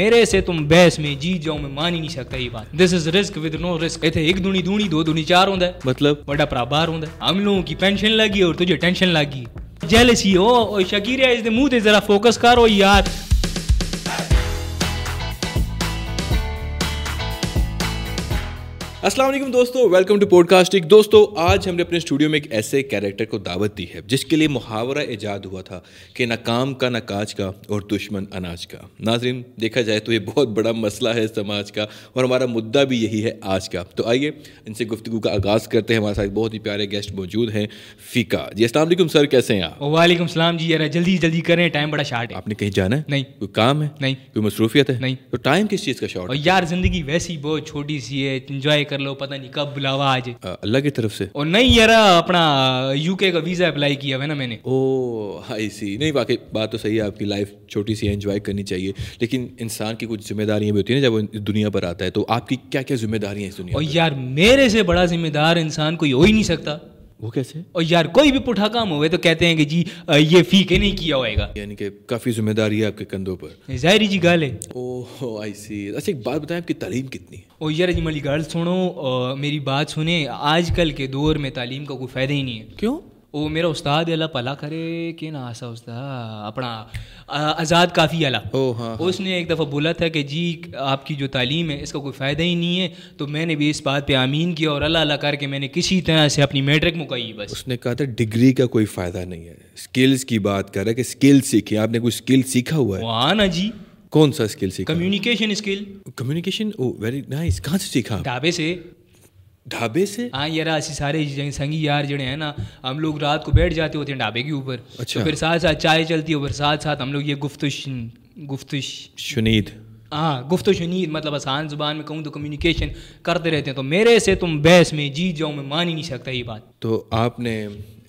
میرے سے تم بحث میں جی جاؤ میں مان ہی نہیں سکتا یہ بات this is risk with no risk ایتھے ایک دونی دونی دو دونی چار ہوندا ہے مطلب بڑا پرا باہر ہوندا ہے ہم لوگوں کی پینشن لگی ہے اور تجھے ٹینشن لگی جیلسی او او شکیریا اس دے منہ تے ذرا فوکس کر او یار السلام علیکم دوستو ویلکم ٹو پوڈ کاسٹ ایک دوستو آج ہم نے اپنے اسٹوڈیو میں ایک ایسے کیریکٹر کو دعوت دی ہے جس کے لیے محاورہ ایجاد ہوا تھا کہ نہ کام کا نہ کاج کا اور دشمن اناج کا ناظرین دیکھا جائے تو یہ بہت بڑا مسئلہ ہے سماج کا اور ہمارا مدعا بھی یہی ہے آج کا تو آئیے ان سے گفتگو کا آغاز کرتے ہیں ہمارے ساتھ بہت ہی پیارے گیسٹ موجود ہیں فیقہ جی السلام علیکم سر کیسے ہیں آپ وعلیکم السلام جی یار جلدی جلدی کریں ٹائم بڑا شارٹ ہے آپ نے کہیں جانا ہے نہیں کوئی کام ہے نہیں کوئی مصروفیت ہے نہیں تو ٹائم کس چیز کا شارٹ اور یار زندگی ویسی بہت چھوٹی سی ہے انجوائے کر لو پتہ نہیں کب بلاوا آ جائے اللہ کی طرف سے اور نہیں یار اپنا یو کے کا ویزا اپلائی کیا ہوا ہے نا میں نے او آئی سی نہیں واقعی بات تو صحیح ہے آپ کی لائف چھوٹی سی ہے انجوائے کرنی چاہیے لیکن انسان کی کچھ ذمہ داریاں بھی ہوتی ہیں نا جب وہ دنیا پر آتا ہے تو آپ کی کیا کیا ذمہ داریاں ہیں اس دنیا اور یار میرے سے بڑا ذمہ دار انسان کوئی ہو ہی نہیں سکتا وہ کیسے اور یار کوئی بھی پٹھا کام ہوئے تو کہتے ہیں کہ جی یہ فی کے نہیں کیا ہوئے گا یعنی کہ کافی ذمہ داری ہے آپ کے کندھوں پر ظاہری جی گال ہے او آئی سی اچھا ایک بات بتائیں آپ کی تعلیم کتنی ہے اور یار اجملی گال سنو میری بات سنیں آج کل کے دور میں تعلیم کا کوئی فائدہ ہی نہیں ہے کیوں او میرا استاد اللہ پلا کرے کہ نا آسا استاد اپنا آزاد کافی اللہ او ہاں اس نے ایک دفعہ بولا تھا کہ جی آپ کی جو تعلیم ہے اس کا کوئی فائدہ ہی نہیں ہے تو میں نے بھی اس بات پہ آمین کیا اور اللہ اللہ کر کے میں نے کسی طرح سے اپنی میٹرک مکائی بس اس نے کہا تھا ڈگری کا کوئی فائدہ نہیں ہے اسکلز کی بات کر رہا ہے کہ اسکل سیکھیں آپ نے کوئی اسکل سیکھا ہوا ہے وہاں نا جی کون سا اسکل سیکھا communication skill communication oh very nice کہاں سے سیکھا آپ ڈھابے سے ڈھابے سے ہاں یار اسی سارے جن- سنگی یار جڑے ہیں نا ہم لوگ رات کو بیٹھ جاتے ہوتے ہیں ڈھابے کے اوپر اچھا۔ تو پھر ساتھ ساتھ چائے چلتی ہے اور ساتھ ساتھ ہم لوگ یہ گفتش گفتش شنید ہاں گفت و شنید مطلب آسان زبان میں کہوں تو کمیونیکیشن کرتے رہتے ہیں تو میرے سے تم بحث میں جی جاؤ میں مان ہی نہیں سکتا یہ بات تو آپ نے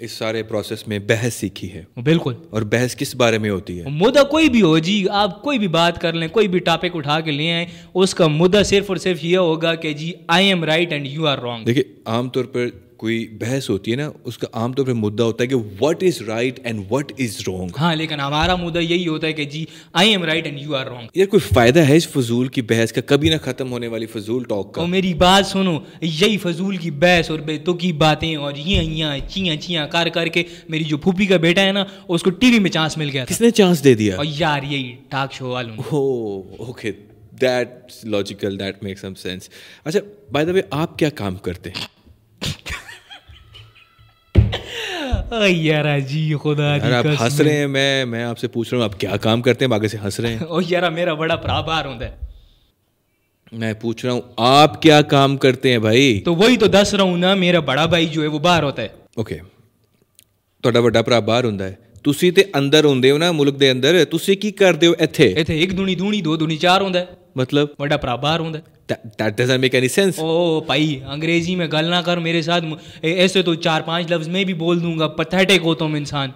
اس سارے پروسیس میں بحث سیکھی ہے بالکل اور بحث کس بارے میں ہوتی ہے مدعا کوئی بھی ہو جی آپ کوئی بھی بات کر لیں کوئی بھی ٹاپک اٹھا کے لے آئیں اس کا مدعا صرف اور صرف یہ ہوگا کہ جی I am right and you are wrong دیکھیے عام طور پر کوئی بحث ہوتی ہے نا اس کا عام طور پر مدعا ہوتا ہے کہ what is right and what is wrong ہاں لیکن ہمارا مدعا یہی ہوتا ہے کہ جی I am right and you are wrong یار کوئی فائدہ ہے اس فضول کی بحث کا کبھی نہ ختم ہونے والی فضول ٹاک کا اور میری بات سنو یہی فضول کی بحث اور بے تو کی باتیں اور یہ یہاں چیاں چیاں کر کر کے میری جو پھوپھی کا بیٹا ہے نا اس کو ٹی وی میں چانس مل گیا تھا کس نے چانس دے دیا اور یار یہی ٹاک شو والوں نے۔ ہو okay that logical that make some sense اچھا بائی دا وے آپ کیا کام کرتے ہیں اے یارا جی خدا یار دی آپ قسم۔ ہنس رہے ہیں میں میں آپ سے پوچھ رہا ہوں آپ کیا کام کرتے ہیں آگے سے ہنس رہے ہیں اور یارا میرا بڑا بھرا باہر ہوتا ہے میں پوچھ رہا ہوں آپ کیا کام کرتے ہیں بھائی تو وہی تو دس رہا ہوں نا میرا بڑا بھائی جو ہے وہ باہر ہوتا ہے ਓਕੇ ਤੁਹਾਡਾ ਵੱਡਾ ਭਰਾ ਬਾਹਰ ਹੁੰਦਾ ਹੈ ਤੁਸੀਂ ਤੇ ਅੰਦਰ ਹੁੰਦੇ ਹੋ ਨਾ ਮੁਲਕ ਦੇ ਅੰਦਰ ਤੁਸੀਂ ਕੀ ਕਰਦੇ ਹੋ ਇੱਥੇ ਇੱਥੇ ਇੱਕ ਦੁਨੀ ਦੂਣੀ ਦੋ ਦੁਨੀ ਚਾਰ ਹੁੰਦਾ ਹੈ ਮਤਲਬ ਵੱਡਾ ਭਰਾ ਬਾਹਰ ਹੁੰਦਾ ਹੈ that doesn't make any sense او بھائی انگریزی میں گل نہ کر میرے ساتھ ایسے تو چار پانچ لفظ میں بھی بول دوں گا پتھیٹک ہو تم انسان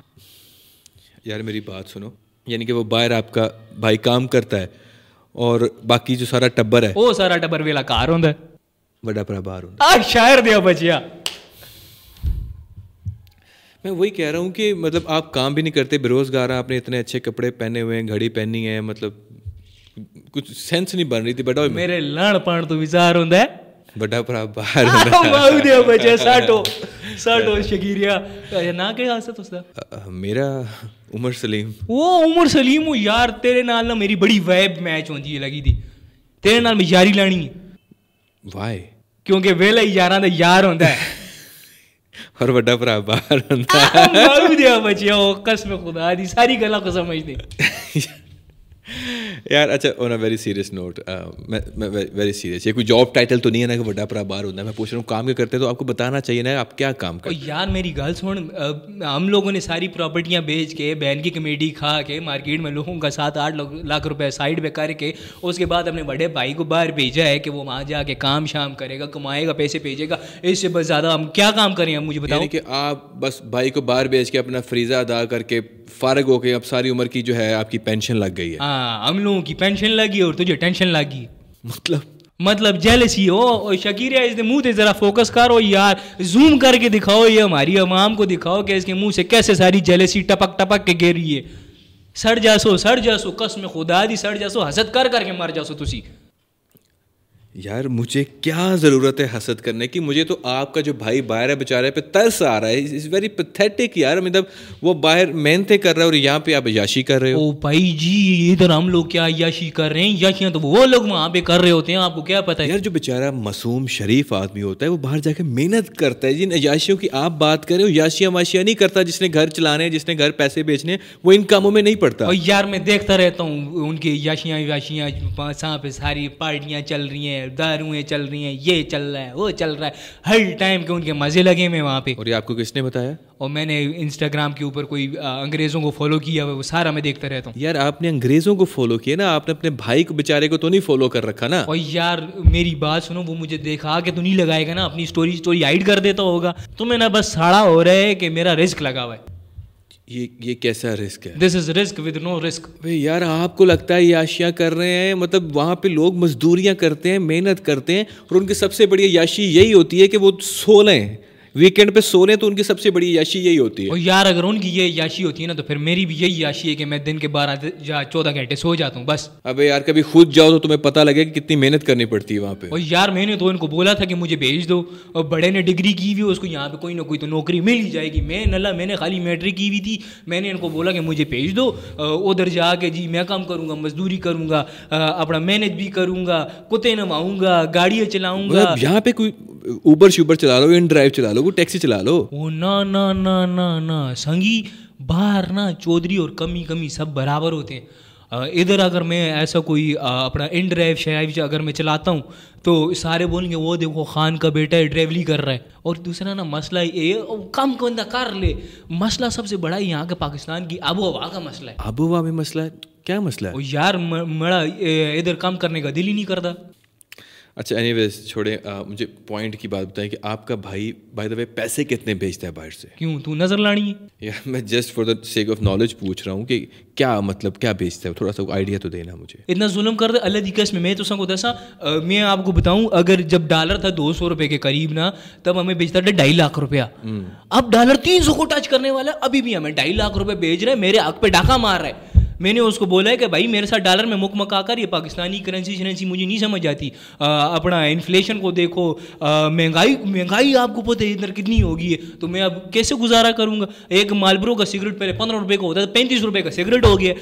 ਯਾਰ ਮੇਰੀ ਬਾਤ ਸੁਣੋ ਯਾਨੀ ਕਿ ਉਹ ਬਾਹਰ ਆਪਕਾ ਭਾਈ ਕੰਮ ਕਰਤਾ ਹੈ ਔਰ ਬਾਕੀ ਜੋ ਸਾਰਾ ਟੱਬਰ ਹੈ ਉਹ ਸਾਰਾ ਟੱਬਰ ਵੇਲਾ ਘਰ ਹੁੰਦਾ ਹੈ ਵੱਡਾ ਭਰਾ ਬਾਹਰ ਹੁੰਦਾ ਆ ਸ਼ਾਇਰ ਦਿਆ ਬਚਿਆ میں وہی کہہ رہا ہوں کہ مطلب آپ کام بھی نہیں کرتے بےروزگار ہیں آپ نے اتنے اچھے کپڑے پہنے ہوئے ہیں گھڑی پہنی ہے مطلب کچھ سینس نہیں بن رہی تھی بٹ ਮੇਰੇ ਲਣ ਪਣ ਤੋਂ ਵਿਚਾਰ ਹੁੰਦਾ ਹੈ ਵੱਡਾ ਭਰਾ ਬਾਹਰ ਮਾਉ ਦਿਆ ਬਚਿਆ ਸਾਟੋ ਸਾਟੋ ਸ਼ਕੀਰੀਆ ਇਹ ਨਾ ਕਿ ਹਾਸਤ ਉਸਦਾ میرا عمر سلیم ਉਹ ਉਮਰ ਸਲੀਮ ਉਹ ਯਾਰ ਤੇਰੇ ਨਾਲ ਨਾ ਮੇਰੀ ਬੜੀ ਵੈਬ ਮੈਚ ਹੁੰਦੀ ਹੈ ਲੱਗੀ ਦੀ ਤੇਰੇ ਨਾਲ ਮੈਂ ਯਾਰੀ ਲੈਣੀ ਹੈ ਵਾਏ ਕਿਉਂਕਿ ਵੇਲਾ ਹੀ ਯਾਰਾਂ ਦਾ ਯਾਰ ਹੁੰਦਾ ਹੈ اور ਵੱਡਾ ਭਰਾ ਬਾਹਰ ਹੁੰਦਾ ਮਾਰੂ ਦਿਆ ਬਚਿਆ ਉਹ ਕਸਮ ਖੁਦਾ ਦੀ ਸਾਰੀ ਗੱਲਾਂ ਕੋ ਸਮਝਦੇ ਯਾਰ ਅੱਛਾ on a very serious note ਮੈਂ ਮੈਂ ਵੈਰੀ ਸੀਰੀਅਸ ਇਹ ਕੋਈ ਜੌਬ ਟਾਈਟਲ ਤਾਂ ਨਹੀਂ ਹੈ ਨਾ ਕਿ ਵੱਡਾ ਭਰਾ ਬਾਹਰ ਹੁੰਦਾ ਮੈਂ ਪੁੱਛ ਰਿਹਾ ਹੂੰ ਕੰਮ ਕਿਉਂ کرتے تو آپ کو بتانا چاہیے نا آپ کیا کام ਓ کرتے ਯਾਰ ਮੇਰੀ ਗੱਲ ਸੁਣ ਅ, ਹਮ ਲੋਗੋਂ ਨੇ ਸਾਰੀ ਪ੍ਰਾਪਰਟੀਆਂ ਵੇਚ ਕੇ ਬੈਨ ਕੀ ਕਮੇਟੀ ਖਾ ਕੇ ਮਾਰਕੀਟ ਮੇਂ ਲੋਗੋਂ ਕਾ 7-8 ਲੱਖ ਰੁਪਏ ਸਾਈਡ ਪੇ ਕਰਕੇ ਉਸਕੇ ਬਾਅਦ ਆਪਣੇ ਵੱਡੇ ਭਾਈ ਕੋ ਬਾਹਰ ਭੇਜਾ ਹੈ ਕਿ वो वहां ਜਾ ਕੇ ਕਾਮ ਸ਼ਾਮ ਕਰੇਗਾ ਕਮਾਏਗਾ ਪੈਸੇ ਭੇਜੇਗਾ ਇਸ ਸੇ ਬਸ ਜ਼ਿਆਦਾ ਹਮ ਕਿਆ ਕੰਮ کریں आप मुझे बताओ یعنی کہ آپ بس بھائی کو باہر بیچ کے اپنا فریضہ ادا کر کے فارغ ہو کے اب ساری عمر کی جو ہے آپ کی پینشن لگ گئی ہے ہاں ہم لوگوں کی پینشن لگی اور تجھے ٹینشن لگی مطلب مطلب جیلسی ہو اور شکیریا اس نے منہ تے ذرا فوکس کرو یار زوم کر کے دکھاؤ یہ ہماری عوام کو دکھاؤ کہ اس کے منہ سے کیسے ساری جیلسی ٹپک ٹپک کے گر رہی ہے سڑ جاسو سڑ جاسو قسم خدا دی سڑ جاسو حسد کر کر کے مر جاسو تسی یار مجھے کیا ضرورت ہے حسد کرنے کی مجھے تو آپ کا جو بھائی باہر ہے بیچارے پہ ترس آ رہا ہے از ویری پتھیٹک یار مطلب وہ باہر محنتیں کر رہا ہے اور یہاں پہ آپ عیاشی کر رہے ہو او بھائی جی ادھر ہم لوگ کیا عیاشی کر رہے ہیں عیاشیاں تو وہ لوگ وہاں پہ کر رہے ہوتے ہیں آپ کو کیا پتہ ہے یار جو بیچارہ معصوم شریف آدمی ہوتا ہے وہ باہر جا کے محنت کرتا ہے جن عیاشیوں کی آپ بات کریں وہ عیاشیاں معاشیاں نہیں کرتا جس نے گھر چلانے ہیں جس نے گھر پیسے بیچنے ہیں وہ ان کاموں میں نہیں پڑتا اور یار میں دیکھتا رہتا ہوں ان کی یاشیاں یاشیاں وہاں پہ ساری پارٹیاں چل رہی ہیں داروئیں چل رہی ہیں یہ چل رہا ہے وہ چل رہا ہے ہر ٹائم کے ان کے مزے لگے ہوئے ہیں وہاں پہ اور یہ آپ کو کس نے بتایا اور میں نے انسٹاگرام کے اوپر کوئی آ، انگریزوں کو فالو کیا ہوا ہے، وہ سارا میں دیکھتا رہتا ہوں یار آپ نے انگریزوں کو فالو کیا نا آپ نے اپنے بھائی کو بیچارے کو تو نہیں فالو کر رکھا نا اور یار میری بات سنو وہ مجھے دیکھا کہ تو نہیں لگائے گا نا اپنی اسٹوری اسٹوری ہائڈ کر دیتا ہوگا تو میں نا بس ساڑا ہو رہا ہے کہ میرا رسک لگا ہوا ہے یہ یہ کیسا رسک ہے this is risk with no risk بھائی یار آپ کو لگتا ہے یہ عاشیاں کر رہے ہیں مطلب وہاں پہ لوگ مزدوریاں کرتے ہیں محنت کرتے ہیں اور ان کی سب سے بڑی عیاشی یہی ہوتی ہے کہ وہ سو لیں ویکینڈ پہ سو لیں تو ان کی سب سے بڑی عیاشی یہی ہوتی ہے اور یار اگر ان کی یہ یاشی ہوتی ہے نا تو پھر میری بھی یہی یاشی ہے کہ میں دن کے بارہ یا چودہ گھنٹے سو جاتا ہوں بس ابے یار کبھی خود جاؤ تو تمہیں پتہ لگے کہ کتنی محنت کرنی پڑتی ہے وہاں پہ اور یار میں نے تو ان کو بولا تھا کہ مجھے بھیج دو اور بڑے نے ڈگری کی ہوئی ہے، اس کو یہاں پہ کوئی نہ کوئی تو نوکری مل ہی جائے گی میں نلا میں نے خالی میٹرک کی ہوئی تھی میں نے ان کو بولا کہ مجھے بھیج دو آ، ادھر جا کے جی میں کام کروں گا مزدوری کروں گا آ، اپنا محنت بھی کروں گا کتے نماؤں گا گاڑیاں چلاؤں گا مطلب یہاں پہ کوئی اوبر شوبر چلا لو ان ڈرائیو چلا لو کوئی ٹیکسی چلا لو وہ نہ نہ نہ نہ نہ سنگھی باہر نہ چودھری اور کمی کمی سب برابر ہوتے ہیں آ، ادھر اگر میں ایسا کوئی آ، اپنا ان ڈرائیو شرائیو اگر میں چلاتا ہوں تو سارے بولیں گے وہ دیکھو خان کا بیٹا ہے ڈرائیولی کر رہا ہے اور دوسرا نا مسئلہ یہ ہے، او، کم بندہ کر لے مسئلہ سب سے بڑا یہاں کے پاکستان کی آب و ہوا کا مسئلہ ہے آب و ہوا میں مسئلہ ہے کیا مسئلہ ہے اور یار م- مڑا اے، ادھر کام کرنے کا دل ہی نہیں کرتا اچھا اینی ویز چھوڑیں مجھے پوائنٹ کی بات بتائیں کہ آپ کا بھائی بائی دا وے پیسے کتنے بھیجتا ہے باہر سے کیوں تو نظر لانی ہے یار میں just for the sake of knowledge پوچھ رہا ہوں کہ کیا مطلب کیا بیچتا ہے تھوڑا سا آئیڈیا تو دینا مجھے اتنا ظلم کر دے اللہ دی قسم میں تو سب کو دسا میں آپ کو بتاؤں اگر جب ڈالر تھا دو سو روپے کے قریب نا تب ہمیں بیچتا تھا ڈھائی لاکھ روپیہ اب ڈالر تین سو کو ٹچ کرنے والا ہے ابھی بھی ہمیں ڈھائی لاکھ روپے بھیج رہے ہیں میرے آنکھ پہ ڈاکہ مار رہا ہے میں نے اس کو بولا ہے کہ بھائی میرے ساتھ ڈالر میں مک مکا کر یہ پاکستانی کرنسی شرنسی مجھے نہیں سمجھ آتی اپنا انفلیشن کو دیکھو مہنگائی مہنگائی آپ کو پتہ ہے ادھر کتنی ہوگی ہے تو میں اب کیسے گزارا کروں گا ایک مالبرو کا سگریٹ پہلے پندرہ روپے کا ہوتا تھا پینتیس روپے کا سگریٹ ہو گیا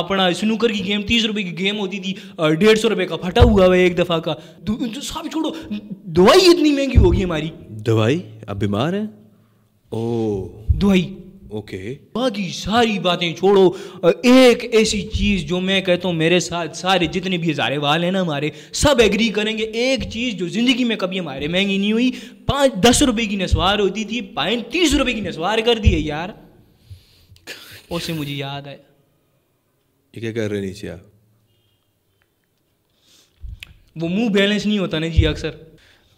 اپنا سنوکر کی گیم تیس روپے کی گیم ہوتی تھی ڈیڑھ سو روپے کا پھٹا ہوا ہوا ہے ایک دفعہ کا صاحب چھوڑو دوائی اتنی مہنگی ہوگی ہماری دوائی آپ بیمار ہیں او دوائی اوکے باقی ساری باتیں چھوڑو ایک ایسی چیز جو میں کہتا ہوں میرے ساتھ سارے جتنے بھی ہزارے وال ہیں نا ہمارے سب ایگری کریں گے ایک چیز جو زندگی میں کبھی ہمارے مہنگی نہیں ہوئی پانچ دس روپے کی نسوار ہوتی تھی پائن تیس روپے کی نسوار کر دی ہے یار اس سے مجھے یاد ہے یہ کیا کر رہے نیچے آپ وہ منہ بیلنس نہیں ہوتا نا جی اکثر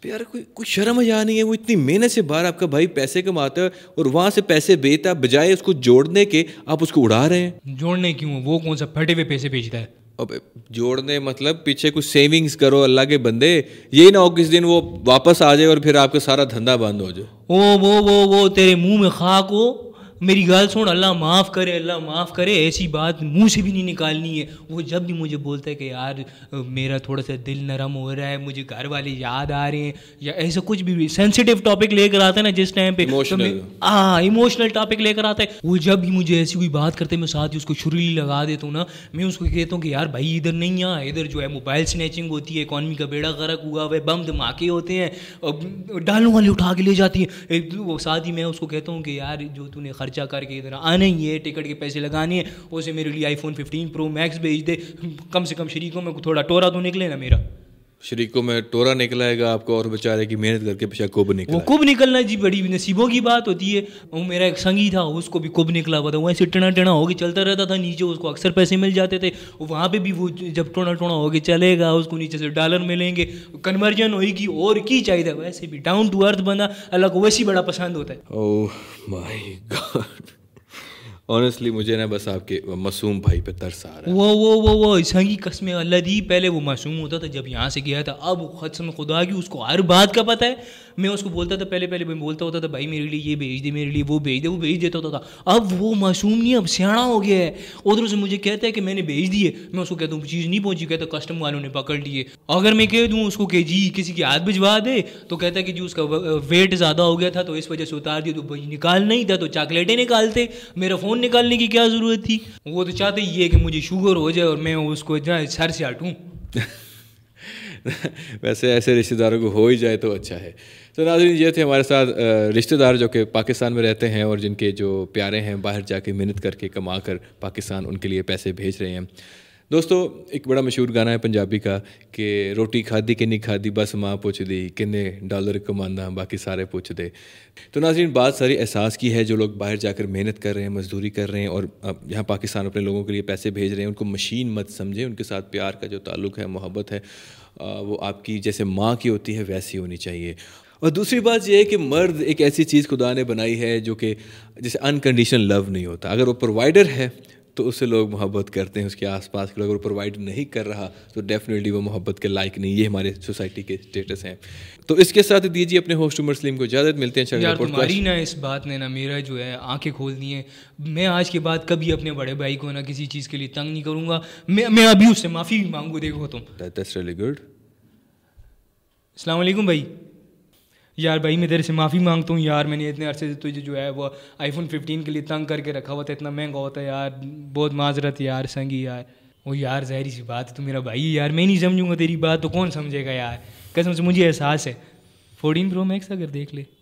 یار کوئی کوئی شرم حیا نہیں ہے وہ اتنی محنت سے باہر آپ کا بھائی پیسے کماتا ہے اور وہاں سے پیسے بیچتا ہے بجائے اس کو جوڑنے کے آپ اس کو اڑا رہے ہیں جوڑنے کیوں وہ کون سا پھٹے ہوئے پیسے بھیجتا ہے اب جوڑنے مطلب پیچھے کچھ سیونگز کرو اللہ کے بندے یہ نہ ہو کس دن وہ واپس آ جائے اور پھر آپ کا سارا دھندا بند ہو جائے او وہ وہ وہ تیرے منہ میں خاک ہو میری گال سن اللہ معاف کرے اللہ معاف کرے ایسی بات منہ سے بھی نہیں نکالنی ہے وہ جب بھی مجھے بولتا ہے کہ یار میرا تھوڑا سا دل نرم ہو رہا ہے مجھے گھر والے یاد آ رہے ہیں یا ایسا کچھ بھی سینسیٹیو ٹاپک لے کر آتا ہے نا جس ٹائم پہ تو میں- ہاں ایموشنل ٹاپک لے کر آتا ہے وہ جب بھی مجھے ایسی کوئی بات کرتے میں ساتھ ہی اس کو شریلی لگا دیتا ہوں نا میں اس کو کہتا ہوں کہ یار بھائی ادھر نہیں آ ادھر جو ہے موبائل سنیچنگ ہوتی ہے اکانومی کا بیڑا غرق ہوا ہوا ہے بم دھماکے ہوتے ہیں اب ڈالوں والے اٹھا کے لے جاتی ہیں ایک- وہ ساتھ ہی میں اس کو کہتا ہوں کہ یار جو تو نے خرچہ کر کے ادھر آنا ہی ہے ٹکٹ کے پیسے لگانے ہیں اسے میرے لیے iPhone fifteen pro max بھیج دے کم سے کم شریکوں میں تھوڑا ٹورا تو نکلے نا میرا شریکوں میں ٹورا نکلائے گا آپ کو اور بیچارے کی محنت کر کے پیچھے کب وہ نکلا کب نکلنا جی بڑی نصیبوں کی بات ہوتی ہے وہ میرا ایک سنگھی تھا اس کو بھی کب نکلا ہوا تھا وہ ایسے ٹنا ٹنا ہو کے چلتا رہتا تھا نیچے اس کو اکثر پیسے مل جاتے تھے وہاں پہ بھی وہ جب ٹونا ٹونا ہو کے چلے گا اس کو نیچے سے ڈالر ملیں گے کنورژن ہوئے گی اور کی چاہیے تھا ویسے بھی ڈاؤن Oh ٹو ارتھ بندہ اللہ کو ویسے ہی بڑا پسند ہوتا ہے او مائی گاڈ آنیسٹلی مجھے نا بس آپ کے معصوم بھائی پہ ترس آ رہا ہے وہ وہ وہ وہ سنگی قسم اللہ دی پہلے وہ معصوم ہوتا تھا جب یہاں سے گیا تھا اب قسم خدا کی اس کو ہر بات کا پتہ ہے میں اس کو بولتا تھا پہلے پہلے میں بولتا ہوتا تھا بھائی میرے لیے یہ بھیج دے میرے لیے وہ بھیج دے وہ بھیج دیتا ہوتا تھا اب وہ معصوم نہیں اب سیاح ہو گیا ہے ادھر سے مجھے کہتا ہے کہ میں نے بھیج دیے میں اس کو کہتا ہوں چیز نہیں پہنچی کہتا کسٹم والوں نے پکڑ لیے اگر میں کہہ دوں اس کو کہ جی کسی کے ہاتھ بھجوا دے تو کہتا ہے کہ جی اس کا ویٹ زیادہ ہو گیا تھا تو اس وجہ سے اتار دیا تو بھائی نکال نہیں تھا تو چاکلیٹیں نکالتے میرا فون نکالنے کی کیا ضرورت تھی وہ تو چاہتے ہی ہے کہ مجھے شوگر ہو جائے اور میں اس کو اتنا سر سے ہٹوں ویسے ایسے رشتہ داروں کو ہو ہی جائے تو اچھا ہے تو ناظرین یہ تھے ہمارے ساتھ رشتہ دار جو کہ پاکستان میں رہتے ہیں اور جن کے جو پیارے ہیں باہر جا کے محنت کر کے کما کر پاکستان ان کے لیے پیسے بھیج رہے ہیں دوستو ایک بڑا مشہور گانا ہے پنجابی کا کہ روٹی کھادی کہ نہیں کھادی بس ماں پوچھ دی کنے ڈالر کمانا باقی سارے پوچھ دے تو ناظرین بات ساری احساس کی ہے جو لوگ باہر جا کر محنت کر رہے ہیں مزدوری کر رہے ہیں اور اب یہاں پاکستان اپنے لوگوں کے لیے پیسے بھیج رہے ہیں ان کو مشین مت سمجھیں ان کے ساتھ پیار کا جو تعلق ہے محبت ہے آ، وہ آپ کی جیسے ماں کی ہوتی ہے ویسی ہونی چاہیے اور دوسری بات یہ ہے کہ مرد ایک ایسی چیز خدا نے بنائی ہے جو کہ جیسے انکنڈیشنل لو نہیں ہوتا اگر وہ پرووائڈر ہے تو اس سے لوگ محبت کرتے ہیں اس کے آس پاس کے لوگ اگر پرووائڈ نہیں کر رہا تو ڈیفینیٹلی وہ محبت کے لائق نہیں یہ ہمارے سوسائٹی کے اسٹیٹس ہیں تو اس کے ساتھ دیجیے اپنے ہوسٹ عمر سلیم کو اجازت ملتے ہیں یار چلیں تمہاری نا اس بات نے نا میرا جو ہے آنکھیں کھول دی ہیں میں آج کے بعد کبھی اپنے بڑے بھائی کو نا کسی چیز کے لیے تنگ نہیں کروں گا میں میں ابھی اس سے معافی بھی مانگوں دیکھو تم دیٹس ریلی گڈ السلام علیکم بھائی یار بھائی میں تیرے سے معافی مانگتا ہوں یار میں نے اتنے عرصے سے تجھے جو ہے وہ آئی فون ففٹین کے لیے تنگ کر کے رکھا ہوا تھا اتنا مہنگا ہوتا ہے یار بہت معذرت یار سنگی یار وہ یار ظاہری سی بات ہے تو میرا بھائی ہے یار میں نہیں سمجھوں گا تیری بات تو کون سمجھے گا یار قسم سے مجھے احساس ہے فورٹین پرو میکس اگر دیکھ لے